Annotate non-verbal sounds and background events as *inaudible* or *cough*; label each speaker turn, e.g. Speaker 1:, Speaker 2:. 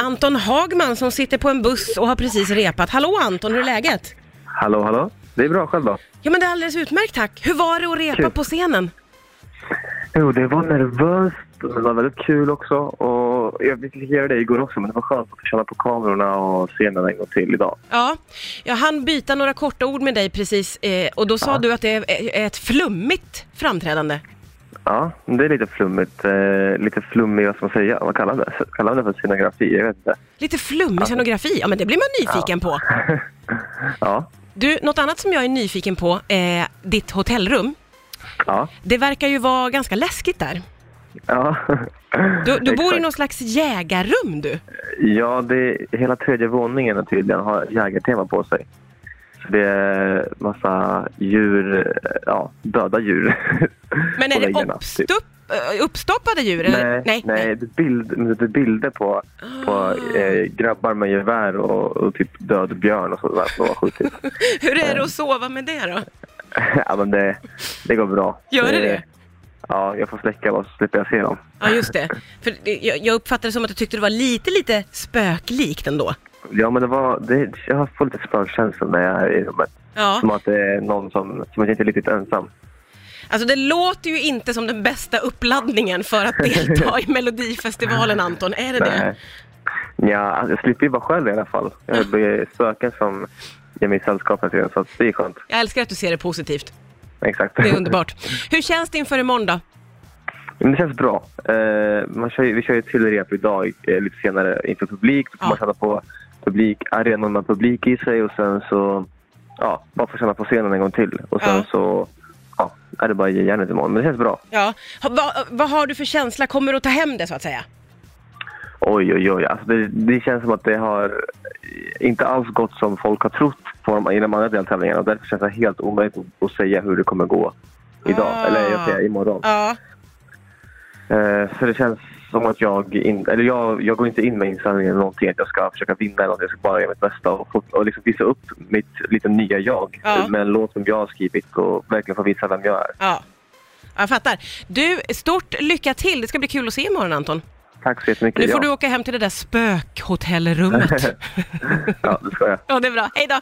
Speaker 1: Anton Hagman som sitter på en buss och har precis repat. Hallå Anton, hur är läget?
Speaker 2: Hallå, hallå. Det är bra själv då?
Speaker 1: Ja men det är alldeles utmärkt tack. Hur var det att repa
Speaker 2: Kul.
Speaker 1: på scenen?
Speaker 2: Jo, det var nervöst, men det var väldigt kul också. Och jag fick göra det igår också, men det var skönt att få känna på kamerorna och scenerna en gång till idag.
Speaker 1: Ja, jag hann byta några korta ord med dig precis eh, och då sa du att det är eh, är ett flummigt framträdande.
Speaker 2: Ja, men det är lite flummigt. Eh, lite flummig, vad ska man säga? Vad kallar man det? Kallar man det för scenografi? Jag vet inte.
Speaker 1: Lite flummig scenografi, ja men det blir man nyfiken på.
Speaker 2: Ja,
Speaker 1: Du, något annat som jag är nyfiken på är ditt hotellrum.
Speaker 2: ja,
Speaker 1: Det verkar ju vara ganska läskigt där.
Speaker 2: ja.
Speaker 1: *laughs* Du, du bor i
Speaker 2: Exakt.
Speaker 1: någon slags jägarrum du.
Speaker 2: Ja, det, hela tredje våningen är tydligen har jägartema på sig. Så det är massa djur, eh, ja, döda djur.
Speaker 1: Men
Speaker 2: på
Speaker 1: är det
Speaker 2: väggarna, typ.
Speaker 1: uppstopp, eh, uppstoppade djur?
Speaker 2: Nej,
Speaker 1: eller?
Speaker 2: nej, Det, är bild, men det är bilder på,
Speaker 1: Ah.
Speaker 2: på eh, grabbar med gevär och, och typ död björn och sådär som de har skjutit.
Speaker 1: *laughs* Hur är det att sova med det då?
Speaker 2: *laughs* ja, men det, det går bra.
Speaker 1: Gör det det?
Speaker 2: Ja, jag får släcka och så slipper jag se dem.
Speaker 1: Ja, just det. För det- jag, jag uppfattade det som att du tyckte det var lite, lite spöklikt ändå.
Speaker 2: Ja, men det var, det, jag får lite spökkänsla när jag är i rummet.
Speaker 1: Ja,
Speaker 2: Som att det är någon som, som att jag inte är riktigt ensam.
Speaker 1: alltså det låter ju inte som den bästa uppladdningen för att delta i Melodifestivalen, Anton. Är det det?
Speaker 2: Nej. Ja, alltså, jag slipper ju vara själv i alla fall.
Speaker 1: Ah.
Speaker 2: Jag blir spöken som ger mig sällskap hela tiden, så att det är skönt.
Speaker 1: Jag älskar att du ser det positivt.
Speaker 2: Exakt.
Speaker 1: Det är underbart. Hur känns det inför imorgon då?
Speaker 2: Men det känns bra. Eh, man kör, ju- vi kör ju ett till rep idag eh, lite senare inför publik. Då får
Speaker 1: Ja.
Speaker 2: man känna på publik, arenan med publik i sig och sen så ja, bara få känna på scenen en gång till. Och sen
Speaker 1: Ja.
Speaker 2: så ja, är det bara att ge järnet imorgon. Men det känns bra.
Speaker 1: Ja, ha, vad, vad har du för känsla? Kommer du att ta hem det så att säga?
Speaker 2: Oj, oj, oj. Alltså det, det känns som att det har inte alls gått som folk har trott på de, i de andra deltävlingarna. Och därför känns det helt omöjligt att, att säga hur det kommer gå idag.
Speaker 1: Ah.
Speaker 2: Eller jag säger imorgon.
Speaker 1: Ja.
Speaker 2: Eh, Så det känns som att jag, in, eller jag, jag går inte in med inställningen eller någonting att jag ska försöka vinna eller någonting. Jag ska bara göra mitt bästa och, få, och liksom visa upp mitt lite nya jag
Speaker 1: Ja.
Speaker 2: med en låt som jag har skrivit och verkligen få visa vem jag är.
Speaker 1: Ja, jag fattar. Du, stort lycka till. Det ska bli kul att se imorgon Anton.
Speaker 2: Tack så jättemycket.
Speaker 1: Nu får *laughs*
Speaker 2: ja.
Speaker 1: du åka hem till det där spökhotellrummet.
Speaker 2: *laughs* ja, det ska jag.
Speaker 1: ja, det är bra. Hej då!